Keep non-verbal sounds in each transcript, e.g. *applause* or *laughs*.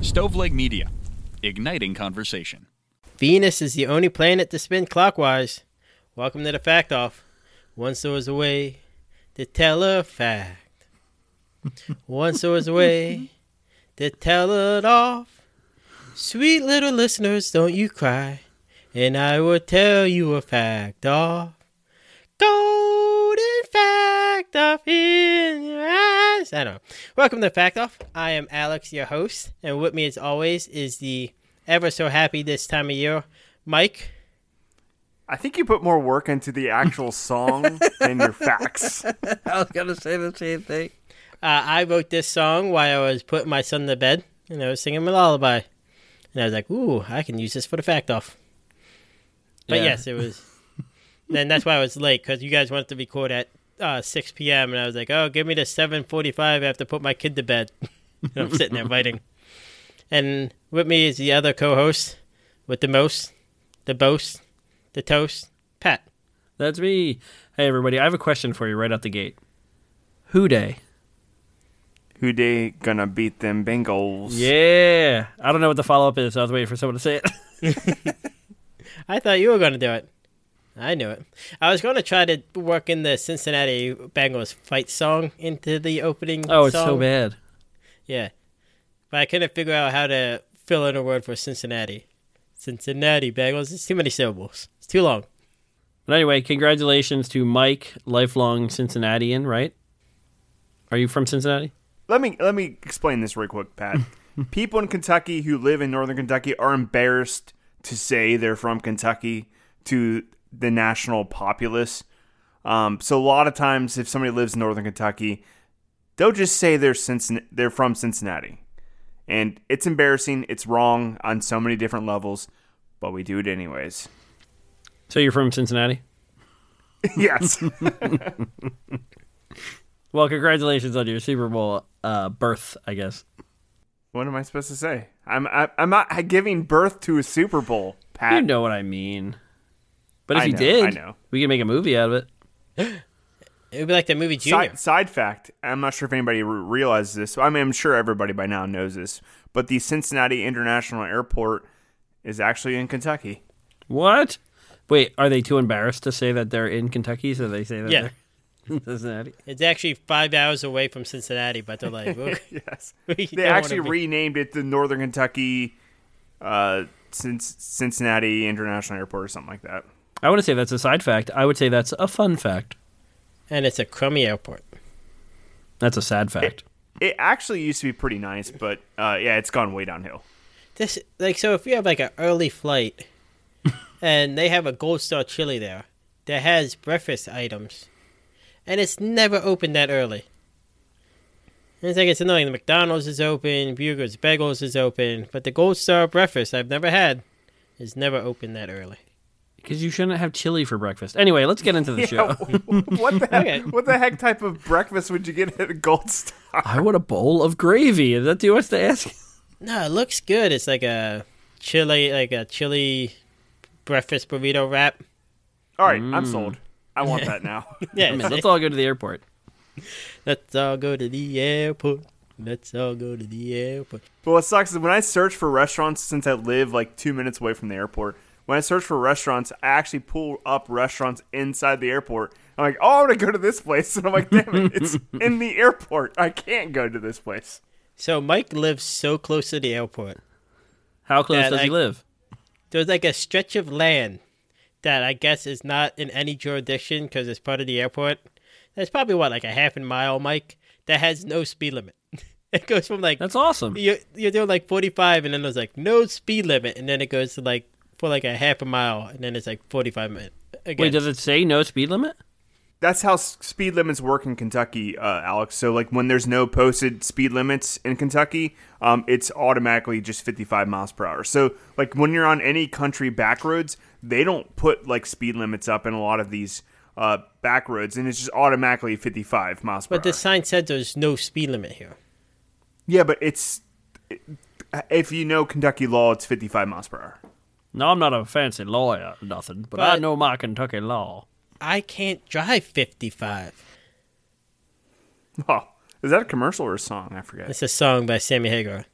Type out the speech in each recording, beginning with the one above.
Stoveleg Media, igniting conversation. Venus is the only planet to spin clockwise. Welcome to the Fact Off. Once there was a way to tell a fact. Once there was a way to tell it off. Sweet little listeners, don't you cry. And I will tell you a fact off. Golden fact off in your eyes. I don't know. Welcome to Fact Off. I am Alex, your host. And with me, as always, is the ever so happy this time of year, Mike. I think you put more work into the actual song than your facts. *laughs* I was gonna say the same thing. Uh, I wrote this song while I was putting my son to bed, and I was singing him a lullaby. And I was like, ooh, I can use this for the fact off. But Yeah. yes, it was. then that's why I was late, because you guys wanted to record at uh, 6 p.m., and I was like, oh, give me the 7.45, I have to put my kid to bed. *laughs* and I'm sitting there writing. And with me is the other co-host with the most, the boast, the toast, Pat. That's me. Hey everybody, I have a question for you right out the gate. Who day? Who they gonna beat them Bengals? Yeah. I don't know what the follow up is. I was waiting for someone to say it. I thought you were going to do it. I knew it. I was going to try to work in the Cincinnati Bengals fight song into the opening. *laughs* Oh, it's *laughs* so song. bad. Yeah, but I couldn't figure out how to fill in a word for Cincinnati. Cincinnati Bengals. It's too many syllables. It's too long. But anyway, congratulations to Mike, lifelong Cincinnatian, right? Are you from Cincinnati? Let me let me explain this real quick, Pat. People in Kentucky who live in northern Kentucky are embarrassed to say they're from Kentucky to the national populace. Um, so a lot of times, if somebody lives in northern Kentucky, they'll just say they're Cincinnati, they're from Cincinnati, and it's embarrassing. It's wrong on so many different levels, but we do it anyways. *laughs* So you're from Cincinnati? yes. Well, congratulations on your Super Bowl uh, birth, I guess. What am I supposed to say? I'm I, I'm not giving birth to a Super Bowl, Pat. You know what I mean. But if I you know, did, I know. we could make a movie out of it. It would be like the movie Junior. Side, side fact: I'm not sure if anybody re- realizes this. I mean, I'm sure everybody by now knows this, but the Cincinnati International Airport is actually in Kentucky. What? Wait, are they too embarrassed to say that they're in Kentucky? So they say that Yeah. *laughs* they're in Cincinnati. It's actually five hours away from Cincinnati, but they're like, "Look, Yes, *laughs* We they don't wanna actually be- renamed it the Northern Kentucky, uh, Cin- Cincinnati International Airport or something like that. I wouldn't say that's a side fact. I would say that's a fun fact. and it's a crummy airport. That's a *laughs* sad fact. It actually used to be pretty nice, but uh, yeah, it's gone way downhill. This like so if you have like an early *laughs* flight and they have a gold star chili there that has breakfast items and it's never open that early. And it's like it's annoying. The McDonald's is open, Bugers Bagels is open, but the Gold Star breakfast I've never had is never open that early. Because you shouldn't have chili for breakfast. Anyway, let's *laughs* *laughs* get into the show. what the heck? Okay. What the heck type of breakfast would you get at a Gold Star? I want a bowl of gravy. Is that too much *laughs* to ask? No, it looks good. It's like a chili like a chili breakfast burrito wrap. All right, I'm sold. I want that now. *laughs* Yeah, I mean, it's- *laughs* let's all go to the airport. let's all go to the airport. Let's all go to the airport. But what sucks is when I search for restaurants, since I live like two minutes away from the airport, when I search for restaurants, I actually pull up restaurants inside the airport. I'm like, oh, I want to go to this place. *laughs* And I'm like, damn it, it's in the airport. I can't go to this place. So Mike lives so close to the airport. How close Yeah, does he like- live? There's like a stretch of land that I guess is not in any jurisdiction because it's part of the airport. That's probably what like a half a mile, Mike. That has no speed limit. *laughs* it goes from like That's awesome. you're, you're doing like 45, and then there's like no speed limit, and then it goes to like for like a half a mile, and then it's like 45 minutes. Again, Wait, does it say no speed limit? That's how s- speed limits work in Kentucky, uh, Alex. So, like, when there's no posted speed limits in Kentucky, um, it's automatically just 55 miles per hour. So, like, when you're on any country back roads, they don't put like speed limits up in a lot of these uh, back roads, and it's just automatically 55 miles per but hour. the sign said there's no speed limit here. Yeah, but it's if you know Kentucky law, it's 55 miles per hour. *laughs* No, I'm not a fancy lawyer, or nothing, but, I But- know my Kentucky law. I can't drive 55. Oh, is that a commercial or a song? I forget. It's a song by Sammy Hagar.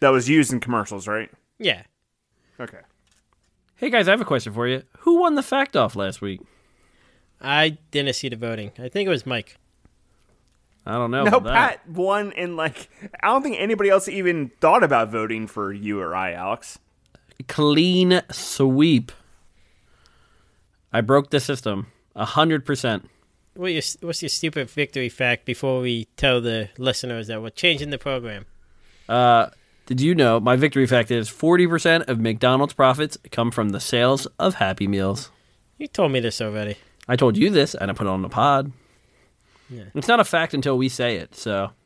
That was used in commercials, right? Yeah. Okay. Hey guys, I have a question for you. Who won the fact off last week? I didn't see the voting. I think it was Mike. I don't know. No, about that. Pat won, and like I don't think anybody else even thought about voting for you or I, Alex. Clean sweep. I broke the system. A hundred percent. What your, what's your stupid victory fact before we tell the listeners that we're changing the program? Did you know my victory fact is forty percent of McDonald's profits come from the sales of Happy Meals? You told me this already. I told you this, and I put it on the pod. It's not a fact until we say it. So *laughs*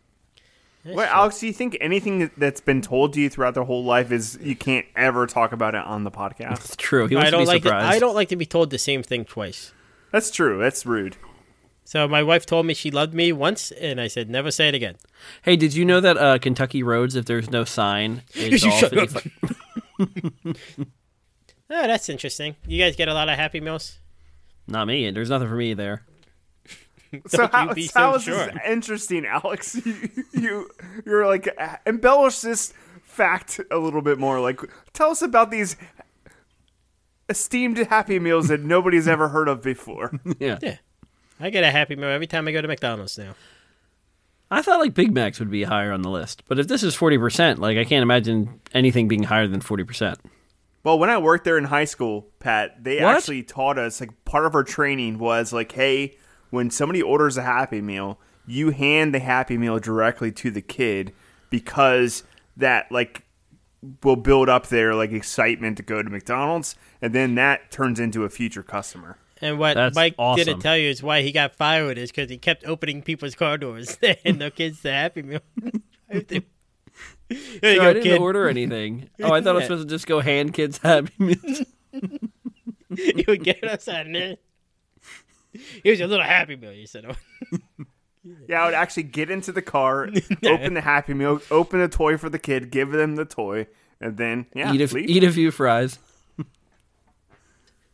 Wait, Alex, do you think anything that's been told to you throughout their whole life is you can't ever talk about it on *laughs* the podcast? it's true. He wants I don't to be like. To, surprised. I don't like to be told the same thing twice. That's true. That's rude. So my wife told me she loved me once, and I said never say it again. Hey, did you know that uh, Kentucky roads, if there's *laughs* no sign, it's You all shut up. 55 Oh, that's interesting. You guys get a lot of Happy Meals. *laughs* Not me. There's nothing for me there. So how, you be how so is this sure. interesting, Alex? *laughs* You, you you're like uh, embellish this fact a little bit more. Like, tell us about these esteemed Happy Meals that nobody's ever heard of before. *laughs* Yeah. *laughs* Yeah, I get a Happy Meal every time I go to McDonald's now. I thought like Big Macs would be higher on the list, but if this is forty percent, like I can't imagine anything being higher than forty percent. Well, when I worked there in high school, Pat, they What? actually taught us like part of our training was like, hey, when somebody orders a Happy Meal, you hand the Happy Meal directly to the kid because that like will build up their like excitement to go to McDonald's, and then that turns into a future customer. And what That's Mike awesome. didn't tell you is why he got fired is because he kept opening people's car doors *laughs* and no kids the Happy *laughs* Meal. *laughs* Here you No, go, I didn't kid. order anything. Oh, I thought I *laughs* was Yeah. supposed to just go hand kids *laughs* happy meals. you would get us on there. Here's your little Happy Meal. You said. *laughs* Yeah, I would actually get into the *laughs* car, open the Happy Meal, open a toy for the kid, give them the toy, and then yeah, eat, a, leave. eat a few fries.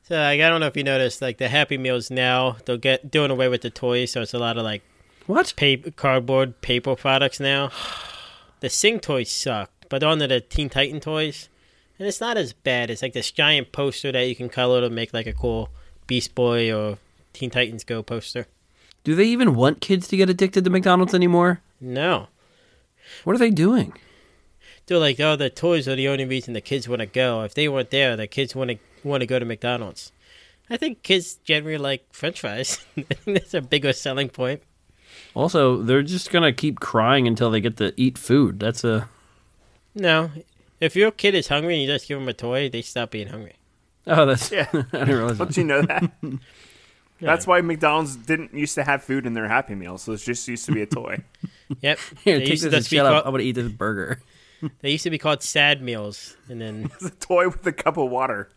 So like, I don't know if you noticed, like the Happy Meals now they're get doing away with the toys, so it's a lot of like What? paper, cardboard, paper products now. *sighs* The Sing toys sucked, but on to the Teen Titan toys, and it's not as bad. It's like this giant poster that you can color to make like a cool Beast Boy or Teen Titans Go poster. Do they even want kids to get addicted to McDonald's anymore? No, What are they doing? they're like, oh, the toys are the only reason the kids want to go. If they weren't there, the kids want to want to go to McDonald's. I think kids generally like French fries. *laughs* I think that's a bigger selling point. Also, they're just gonna keep crying until they get to eat food. That's a No, if your kid is hungry and you just give them a toy, they stop being hungry. oh, that's Yeah. *laughs* I didn't realize that. Don't *laughs* you know *laughs* that? That's why McDonald's didn't used to have food in their Happy Meal, so it just used *laughs* to be a toy. Yep. Here, they, take used this to and just be shut up. I'm called, gonna eat this burger. they used to be called sad meals, and then *laughs* it's a toy with a cup of water.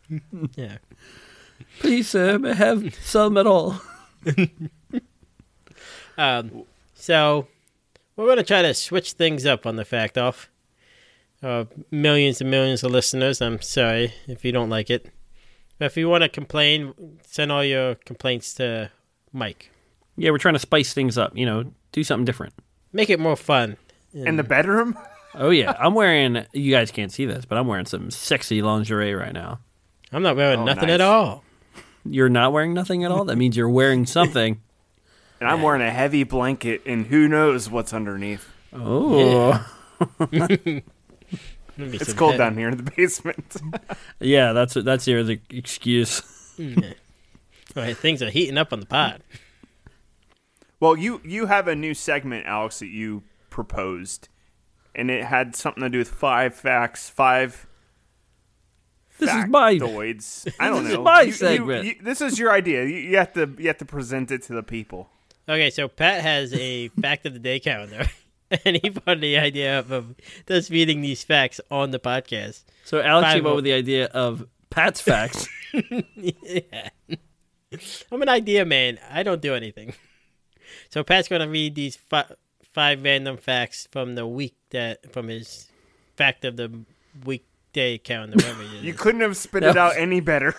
yeah, *laughs* Please, sir, may I have some at all. Um, so we're going to try to switch things up on the fact off. Uh, millions and millions of listeners, I'm sorry if you don't like it. But if you want to complain, send all your complaints to Mike. Yeah, we're trying to spice things up. You know, do something different. Make it more fun. In the bedroom? Oh *laughs* yeah, I'm wearing. You guys can't see this, but I'm wearing some sexy lingerie right now. I'm not wearing Oh, nothing nice. at all. You're not wearing nothing at all. That means you're wearing something. And I'm wearing a heavy blanket, and who knows what's underneath. Oh *laughs* yeah, It's cold down here in the basement. *laughs* that's that's your other excuse. All right, things are heating up on the pod. well, you you have a new segment, Alex, that you proposed, and it had something to do with five facts, five. This is my- factoids. I *laughs* don't know. is my You- you- segment. you- this is your idea. You, you have to you have to present it to the people. Okay, so Pat has *laughs* a fact of the day calendar, *laughs* and he brought the idea up of us reading these facts on the podcast. So Alex Fine, came up well- with the idea of Pat's facts. I'm an idea man. I don't do anything. *laughs* So Pat's gonna read these fi- five random facts from the week that from his fact of the weekday calendar. Whatever *laughs* it is. You couldn't have spit That it out was- any *laughs* better.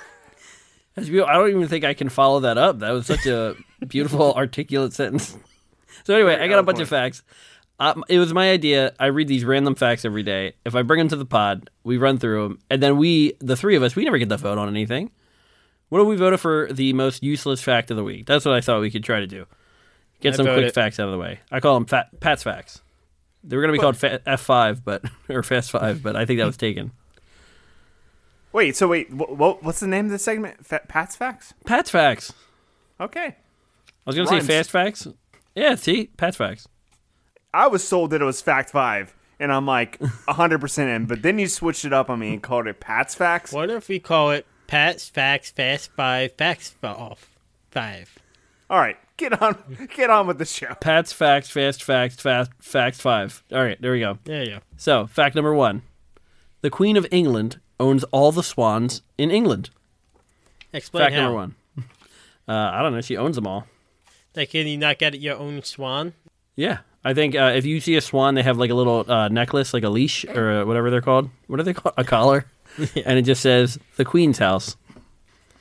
As we- I don't even think I can follow that up. That was such a beautiful, articulate sentence. So anyway, I got a bunch of facts. uh, it was my idea. I read these random facts every day. If I bring them to the pod, we run through them, and then we, the three of us, we never get the vote on anything. What if we voted for the most useless fact of the week? That's what I thought we could try to do. Get I some vote quick it. facts out of the way. I call them fat, Pat's facts. They were going to be called fa- F5, but *laughs* or Fast Five, but I think that was taken. Wait, so wait, what, what's the name of this segment? Fa Pat's Facts? Pat's facts. Okay. I was going to say Rhymes. fast facts. Yeah, see, Pat's facts. I was sold that it was Fact 5, and I'm *laughs* like 100% in, but then you switched it up on me and called it Pat's Facts. What if we call it Pat's Facts Fast Five Facts Off Five? All right, get on *laughs* get on with the show. Pat's facts, fast facts, fast facts five. All right, there we go. There you go. So, fact number one: the Queen of England owns all the swans in England. Explain Fact how. number one. *laughs* Uh, I don't know. She owns them all. Like, can you not get your own swan? Yeah, I think uh, if you see a swan, they have like a little uh, necklace, like a leash or uh, whatever they're called. What are they called? A collar, and it just says the Queen's house.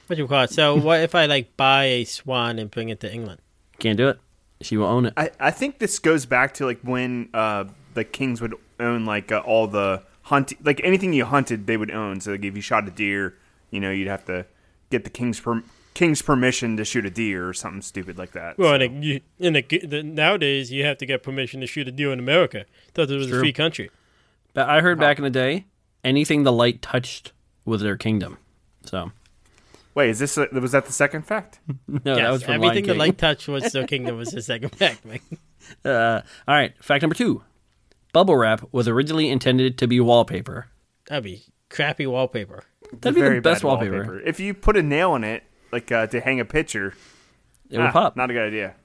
What do you call it? So, *laughs* what if I like buy a swan and bring it to England? Can't do it. She will own it. I, I think this goes back to like when uh, the kings would own like uh, all the hunt like anything you hunted they would own. So like if you shot a deer, you know you'd have to get the king's per- king's permission to shoot a deer or something stupid like that. Well, in, So- a, you, in a, the, nowadays, you have to get permission to shoot a deer in America. Thought it was a free country. But I heard back in the day, anything the light touched was their kingdom. So wait, is this a, was that the second fact? no, that Yes, was from Lion everything the King. light touched was the kingdom was the second *laughs* fact. Mike. Uh, all right, fact number two: bubble wrap was originally intended to be wallpaper. That'd be crappy wallpaper. That'd be Very the best bad wallpaper. If you put a nail in it, like uh, to hang a picture, It would ah, pop. Not a good idea.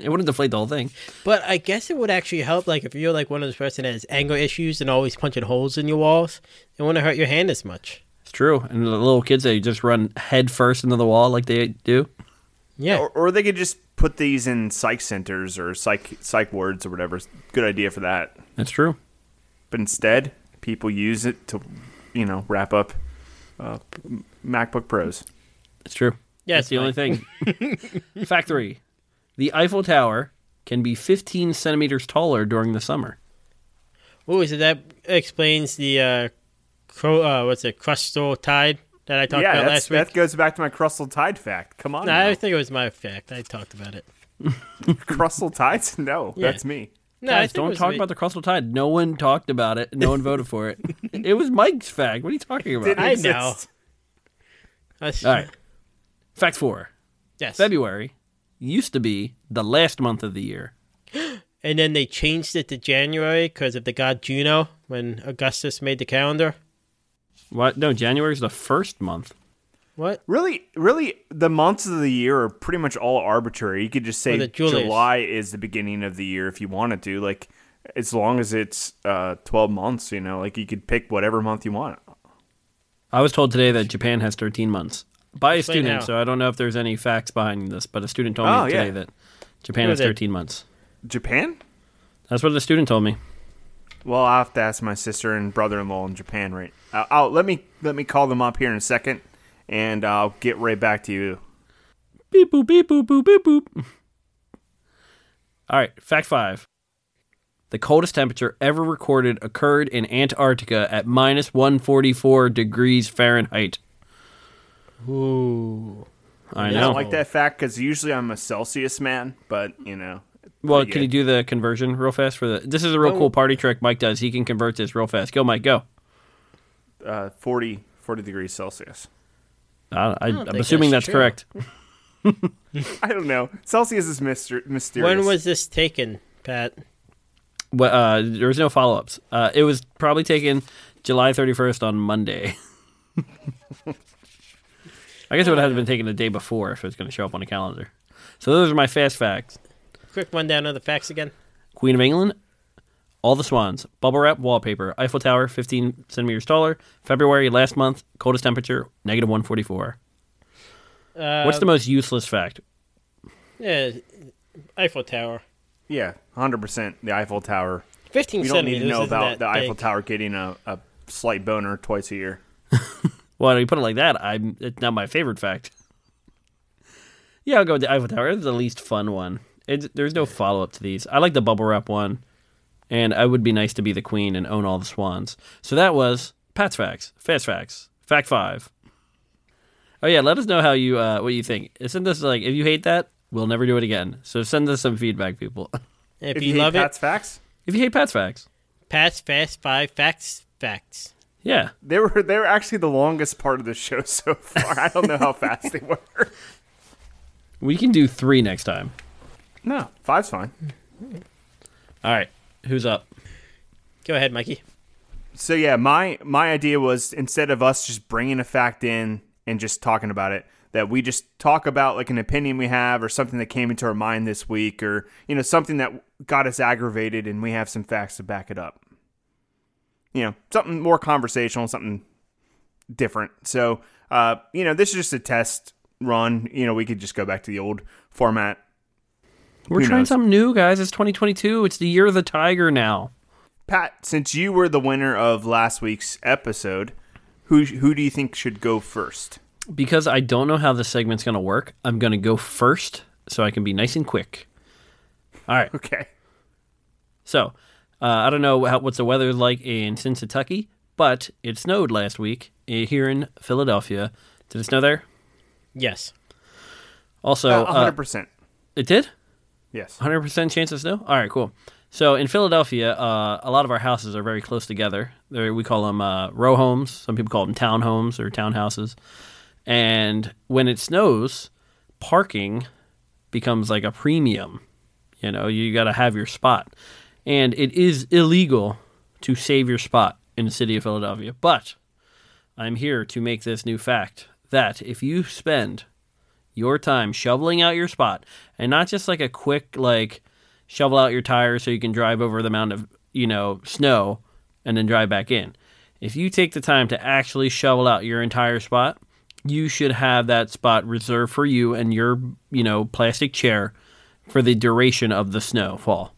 it wouldn't deflate the whole thing. But I guess it would actually help, like if you're like one of those person that has anger issues and always punching holes in your walls, it wouldn't hurt your hand as much. It's true. And the little kids they just run head first into the wall like they do. Yeah, Or, or they could just put these in psych centers or psych psych wards or whatever. Good idea for that. That's true. but instead people use it to you know wrap up uh, m- macbook pros It's true. Yeah, it's That's the only thing. *laughs* fact three: the Eiffel Tower can be 15 centimeters taller during the summer. Ooh, so that explains the uh, cro- uh what's it, crustal tide that I talked yeah about last that's, week. that goes back to my crustal tide fact come on No, I now. think it was my fact. I talked about it. crustal tides *laughs* no Yeah. that's me No, I Guys, think it don't was talk me. about the Crustal Tide. No one talked about it. No one voted *laughs* for it. It was Mike's fact. What are you talking about? Didn't I exist. know. That's- All right. Fact four. Yes. February used to be the last month of the year. And then they changed it to January because of the god Juno when Augustus made the calendar. What? No, January is the first month. What? really really the months of the year are pretty much all arbitrary you could just Or say the Julius. july is the beginning of the year if you wanted to like as long as it's uh, 12 months you know like you could pick whatever month you want I was told today that Japan has 13 months by a Explain student, how. so I don't know if there's any facts behind this, but a student told Oh, me yeah. today that Japan Who has is it? 13 months. japan That's what the student told me. Well, I'll have to ask my sister and brother-in-law in Japan. Right, uh, I'll, let me let me call them up here in a second, and I'll get right back to you. Beep boop, beep boop, boop, beep boop. All right, fact five. The coldest temperature ever recorded occurred in Antarctica at minus 144 degrees Fahrenheit. Ooh. I Yeah, I know. don't like that fact because usually I'm a Celsius man, but you know, Well, pretty can you good. do the conversion real fast for the? This is a real Oh. cool party trick Mike does. He can convert this real fast. Go, Mike, go. uh, 40, 40 degrees Celsius. I, I, don't I'm think assuming that's that's, true. correct. I don't know. Celsius is myster- mysterious. When was this taken, Pat? Well, uh, there was no follow ups. Uh, it was probably taken July 31st on Monday. *laughs* I guess it would have been taken the day before if it was going to show up on the calendar. So those are my fast facts. Quick rundown of the facts again. Queen of England, all the swans, bubble wrap wallpaper, Eiffel Tower 15 centimeters taller, February last month, coldest temperature negative 144. Uh, What's the most useless fact? yeah, Eiffel Tower? yeah, hundred percent. The Eiffel Tower. 15 We don't need centimeters. to know isn't that about the Eiffel big. Tower getting a, a slight boner twice a year. Well, you put it like that, I'm it's not my favorite fact. Yeah, I'll go with the Eiffel Tower. It's the least fun one. It's, there's no follow up to these. I like the bubble wrap one, and I would be nice to be the queen and own all the swans. So that was Pat's facts, fast facts, fact five. Oh yeah, let us know how you uh, what you think. Send us like if you hate that, we'll never do it again. So send us some feedback, people. *laughs* If, If you, hate love Pat's facts, if you hate Pat's facts, it, Pat's Fast Five Facts Facts. yeah, they were they were actually the longest part of the show *laughs* so far. I don't know how fast they were. we can do three next time. No, five's fine. All right, who's up? Go ahead, Mikey. So yeah, my my idea was instead of us just bringing a fact in and just talking about it, that we just talk about like an opinion we have or something that came into our mind this week or you know something that got us aggravated and we have some facts to back it up. You know, something more conversational, something different. So, uh, you know, this is just a test run. You know, we could just go back to the old format. We're Who trying knows? something new, guys. It's 2022. It's the year of the tiger now. Pat, since you were the winner of last week's episode, who who do you think should go first? because I don't know how this segment's going to work, I'm going to go first so I can be nice and quick. All right. Okay. So, uh, I don't know how, what's the weather like in Cincinnati, but it snowed last week eh, here in Philadelphia. Did it snow there? Yes. Also, Uh, uh, 100%. it did? yes. 100% chance of snow? All right, cool. So, in Philadelphia, uh, a lot of our houses are very close together. They're, we call them uh, row homes. Some people call them townhomes or townhouses. And when it snows, parking becomes like a premium. You know, you got to have your spot. And it is illegal to save your spot in the city of Philadelphia. But I'm here to make this new fact that if you spend your time shoveling out your spot and not just like a quick like shovel out your tires so you can drive over the mound of you know snow and then drive back in if you take the time to actually shovel out your entire spot you should have that spot reserved for you and your you know plastic chair for the duration of the snowfall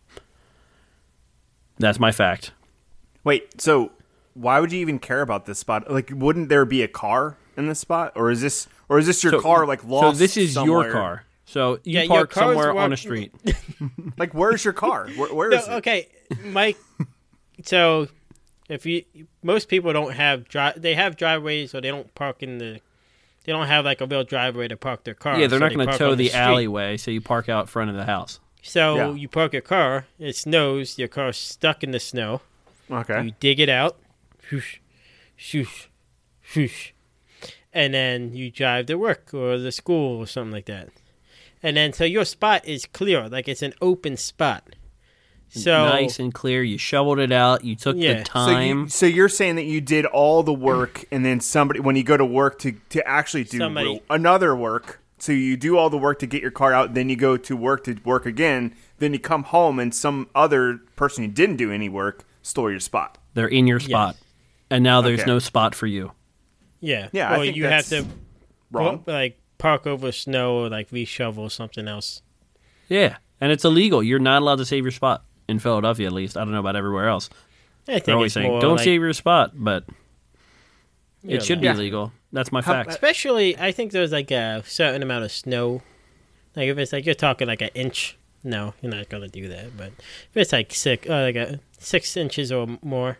that's my fact Wait, so why would you even care about this spot? Like wouldn't there be a car in this spot or is this or is this your car like so lost this is somewhere? your car so you Yeah, your park car was somewhere on walking- a street Like where's your car? Where, *laughs* where No, is it? okay, Mike. *laughs* so, if you most people don't have drive, they have driveways, or they don't park in the. They don't have like a real driveway to park their car. yeah they're so not they going to park tow on the street. alleyway so you park out front of the house So Yeah. you park your car. It snows. Your car's stuck in the snow. Okay. You dig it out. Whoosh, whoosh, whoosh. And then you drive to work or the school or something like that. And then so your spot is clear, like it's an open spot. So nice and clear. You shoveled it out. You took Yeah. So the you- So, you, time. so you're saying that you did all the work and then somebody when you go to work to, to actually do Somebody- real- another work so you do all the work to get your car out then you go to work to work again then you come home and some other person who didn't do any work stole your spot They're in your spot, and now there's Okay. no spot for you. yeah, Yeah, I Or think you that's have to wrong Well, like park over snow or like reshovel something else. Yeah, and it's illegal. You're not allowed to save your spot in Philadelphia, at least. I don't know about everywhere else. I think They're always it's saying, more "Don't like- save your spot," but Yeah, it should like- be legal. That's my Uh, fact. Especially, I think there's like a certain amount of snow. Like if it's like you're talking like an inch, no, you're not gonna do that. But if it's like six, uh, like a six inches or more,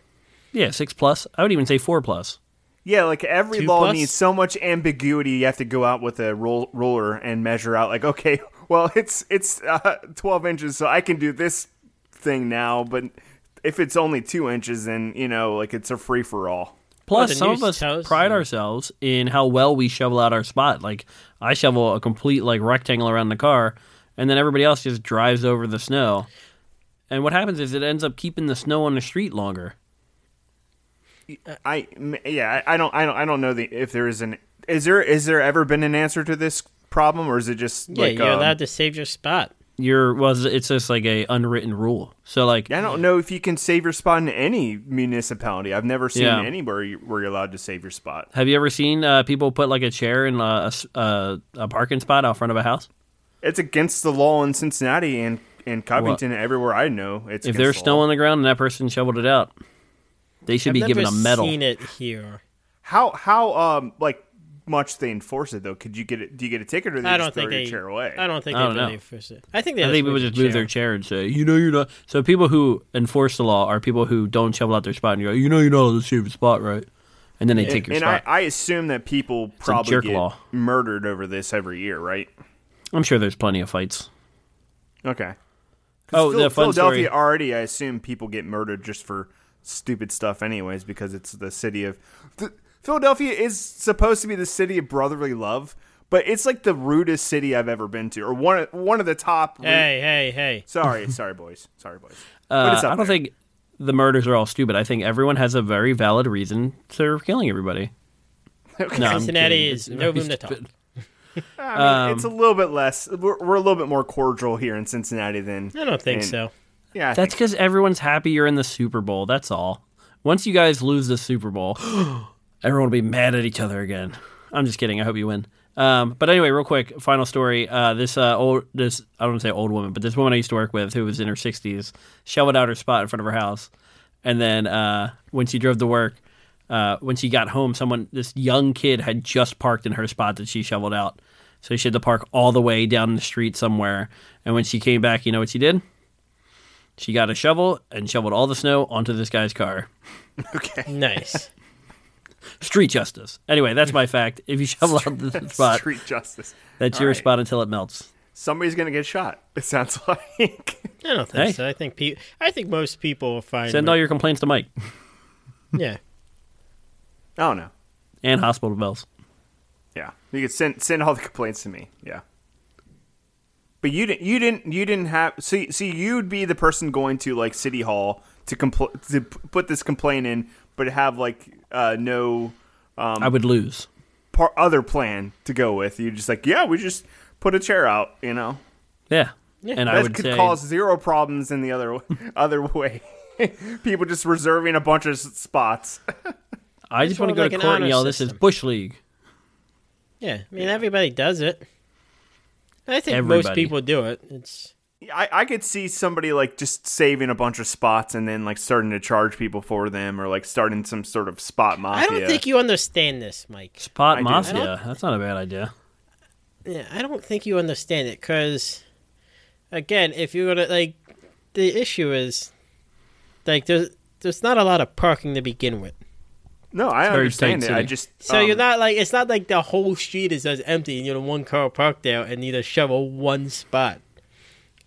Yeah, six plus. I would even say four plus. yeah like every Two law plus? needs so much ambiguity you have to go out with a roll, ruler and measure out like okay *laughs* well it's it's uh, 12 inches so i can do this thing now but if it's only two inches then you know like it's a free-for-all Plus, the some news of us tells- pride yeah. ourselves in how well we shovel out our spot. Like I shovel a complete like rectangle around the car, and then everybody else just drives over the snow. And what happens is it ends up keeping the snow on the street longer. Uh, I m- yeah, I I don't I don't I don't know the if there is an is there is there ever been an answer to this problem or is it just yeah, like you're um, allowed to save your spot. You're was it's just like a unwritten rule. So like I don't know if you can save your spot in any municipality. I've never seen Yeah. anywhere you, where you're allowed to save your spot. have you ever seen uh, people put like a chair in uh, a, s- uh, a parking spot out front of a house? It's against the law in Cincinnati and and Covington and everywhere I know. It's If against there's the snow law. on the ground and that person shoveled it out, they should I've be given never a medal. Seen it here. how how um like much they enforce it though? Could you get it? Do you get a ticket or they I just don't throw think your they. chair away? I don't think I they don't know. really enforce it. I think they. I think people just move their chair and say, you know, you're not. So people who enforce the law are people who don't shovel out their spot and you go, you know, you're not allowed to shave your spot, right? And then they take your and I, spot. I assume that people a probably jerk get law. murdered over this every year, right? I'm sure there's plenty of fights. Okay. 'Cause Oh, Phil- the fun Philadelphia story. already, I assume people get murdered just for stupid stuff, anyways, because it's the city of Th- Philadelphia is supposed to be the city of brotherly love, but it's like the rudest city I've ever been to, or one of, one of the top. ru- Hey, hey, hey! Sorry, sorry, boys. Sorry, boys. *laughs* Uh, but it's up I there. don't think the murders are all stupid. I think everyone has a very valid reason for *laughs* killing everybody. Okay. No, I'm Cincinnati kidding. is It's no very room to talk. stupid. I mean, it's a little bit less. We're, we're a little bit more cordial here in Cincinnati than. I don't think in- *laughs* so. Yeah, I That's think- because everyone's happy you're in the Super Bowl. That's all. Once you guys lose the Super Bowl, *gasps* everyone will be mad at each other again. I'm just kidding. I hope you win. Um, but anyway, real quick, final story. Uh, this uh, old, this I don't want to say old woman, but this woman I used to work with, who was in her 60s, shoveled out her spot in front of her house, and then uh, when she drove to work, uh, when she got home, someone, this young kid, had just parked in her spot that she shoveled out, so she had to park all the way down the street somewhere. And when she came back, you know what she did? She got a shovel and shoveled all the snow onto this guy's car. Nice. Street justice. Anyway, that's my fact. If you shovel *laughs* out the spot, street justice. that's your spot until it melts. Somebody's gonna get shot. It sounds *laughs* like. I don't think Hey. so. I think pe- I think most people will find. Send all your complaints to Mike yeah. I don't know. and hospital bells. Yeah, you could send send all the complaints to me. Yeah, but you didn't. You didn't. You didn't have. See, see, you'd be the person going to like city hall to compl- to p- put this complaint in, but have like uh, no Um, I would lose. par- other plan to go with. You just like, yeah, we just put a chair out. You know, Yeah. and I that would could say, cause zero problems in the other *laughs* other way. *laughs* People just reserving a bunch of s- spots. I just want more to go like to an court and honor yell, this is system. Bush League. Yeah, I mean everybody does it. I think most Everybody. people do it. It's I, I could see somebody like just saving a bunch of spots and then like starting to charge people for them or like starting some sort of spot mafia. I don't think you understand this, Mike. Pot I do. I Mafia. don't- That's not a bad idea. Yeah, I don't think you understand it because, again, if you're gonna like, the issue is, like, there's there's not a lot of parking to begin with. No, I very understand tight it. I city. just So um, you're not like it's not like the whole street is as empty and you're the one car parked there and need to shovel one spot.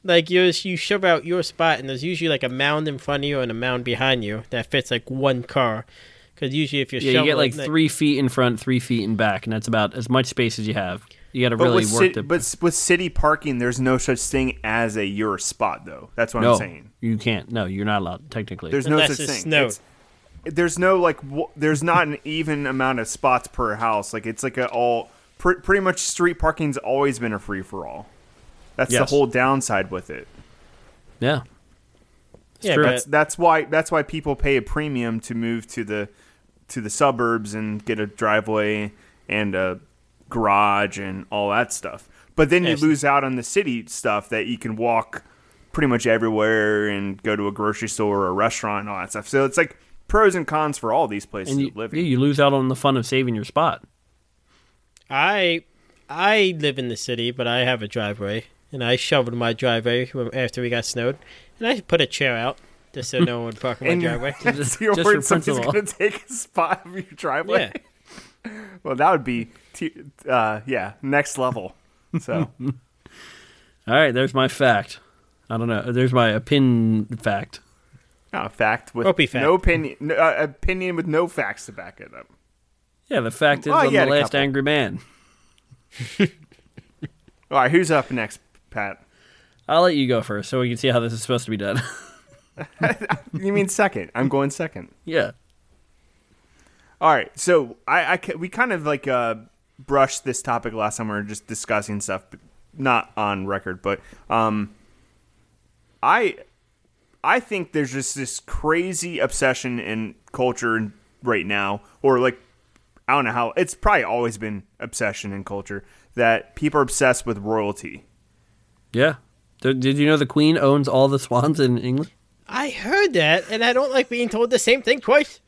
Like you you shove out your spot and there's usually like a mound in front of you and a mound behind you that fits like one car. Because usually if you're Yeah, you shoveling, get like three feet in front, three feet in back, and that's about as much space as you have. You got to But really with work city, the. but s- with city parking, there's no such thing as a your spot though. That's what no, I'm saying. you can't. No, you're not allowed, technically. There's no Unless such it's thing. snowed. It's- there's no like w- there's not an even amount of spots per house. Like it's like a all pr- pretty much street parking's always been a free for all. That's the Yes. whole downside with it. yeah. yeah, true. That's that's why that's why people pay a premium to move to the to the suburbs and get a driveway and a garage and all that stuff. But then you Yes. lose out on the city stuff that you can walk pretty much everywhere and go to a grocery store or a restaurant and all that stuff. So it's like pros and cons for all these places And you, of living. yeah, you lose out on the fun of saving your spot. I I live in the city, but I have a driveway, and I shoveled my driveway when- after we got snowed, and I put a chair out just so no one would park in my *laughs* And- *laughs* driveway. so you're Just your worried somebody's principal. going to take a spot of your driveway. yeah, Well, that would be, t- uh, yeah, next level. *laughs* So All right, there's my fact. I don't know. There's my opinion fact. No, fact with Opie fact. no opinion, no, uh, opinion with no facts to back it up. Yeah, the fact is Oh, I'm yeah, the a last couple. angry man. All right, who's up next, Pat? I'll let you go first so we can see how this is supposed to be done. *laughs* You mean second? I'm going second. yeah. All right, so I, I ca- we kind of like uh, brushed this topic last time. We were just discussing stuff, but not on record, but um, I I think there's just this crazy obsession in culture right now, or like I don't know how it's probably always been obsession in culture that people are obsessed with royalty. Yeah. Did, did you know the queen owns all the swans in England? I heard that, and I don't like being told the same thing twice.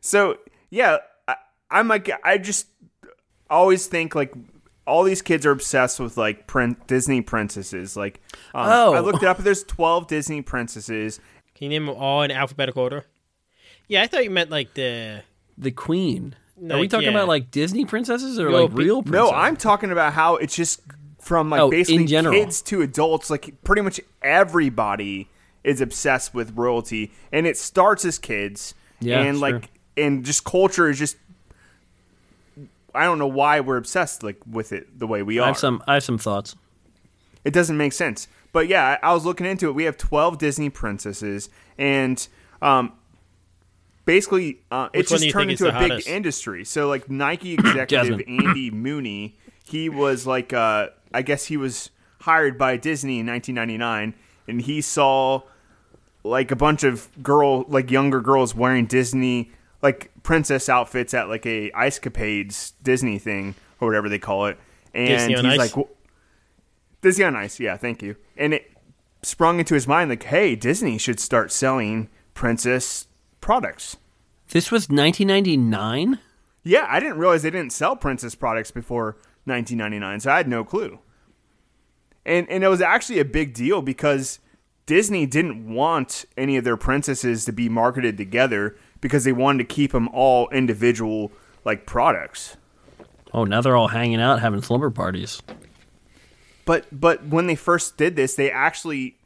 So yeah, I, I'm like I just always think like all these kids are obsessed with like prin- Disney princesses. Like um, Oh. I looked it up. There's 12 Disney princesses. Can you name them all in alphabetical order? Yeah, I thought you meant like the The Queen. Are we Like, talking yeah. about like Disney princesses or No, like be- real No, princesses? I'm talking about how it's just from like Oh, in basically general. kids to adults. Like pretty much everybody is obsessed with royalty, and it starts as kids. Yeah, and sure. like and just culture is just. I don't know why we're obsessed like with it the way we I are. have some. I have some thoughts. it doesn't make sense. But yeah, I, I was looking into it. We have twelve Disney princesses, and um, basically, uh, Which it's one do just you turned think is into a the big hottest? industry. So *coughs* like Nike executive Andy Mooney, he was like, uh, I guess he was hired by Disney in 1999, and he saw like a bunch of girl like younger girls wearing Disney like princess outfits at like a ice capades Disney thing or whatever they call it. And Disney on he's Ice? like w- Disney on Ice, yeah, thank you. And it sprung into his mind like, hey, Disney should start selling princess products. This was 1999. Yeah, I didn't realize they didn't sell princess products before 1999, so I had no clue. And and it was actually a big deal because Disney didn't want any of their princesses to be marketed together because they wanted to keep them all individual like products. Oh, now they're all hanging out having *laughs* slumber parties. But but when they first did this, they actually.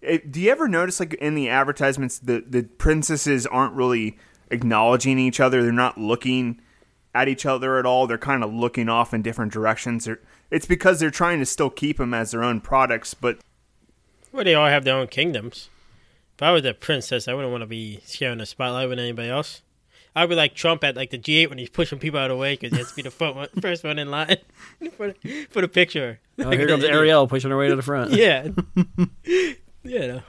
It, do you ever notice like in the advertisements the the princesses aren't really acknowledging each other? They're not looking at each other at all. They're kind of looking off in different directions. They're, it's because they're trying to still keep them as their own products, but well, they all have their own kingdoms. If I was a princess, I wouldn't want to be sharing the spotlight with anybody else. I'd be like Trump at like the G8 when he's pushing people out of the way because he has to be the *laughs* front one, first one in line *laughs* for the, for the picture. Oh, *laughs* here comes Ariel pushing her way to *laughs* the front. *laughs* Yeah. yeah. no.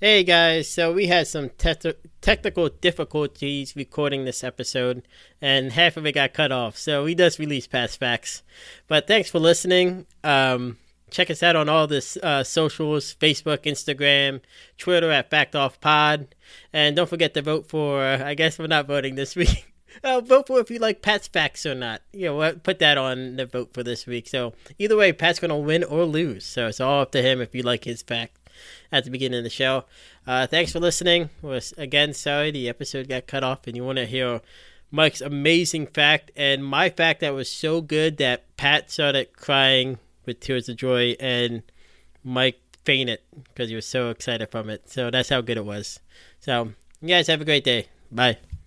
Hey guys, so we had some te- technical difficulties recording this episode, and half of it got cut off. So we just released past facts. But thanks for listening. Um, check us out on all the uh, socials: Facebook, Instagram, Twitter at Fact Off Pod, and don't forget to vote for. Uh, I guess we're not voting this *laughs* week. Uh, vote for if you like Pat's facts or not. You know, we'll put that on the vote for this week. So either way, Pat's gonna win or lose. So it's all up to him if you like his fact at the beginning of the show. Uh, thanks for listening. Was again sorry the episode got cut off, and you want to hear Mike's amazing fact and my fact that was so good that Pat started crying with tears of joy, and Mike fainted because he was so excited from it. So that's how good it was. So you guys have a great day. Bye.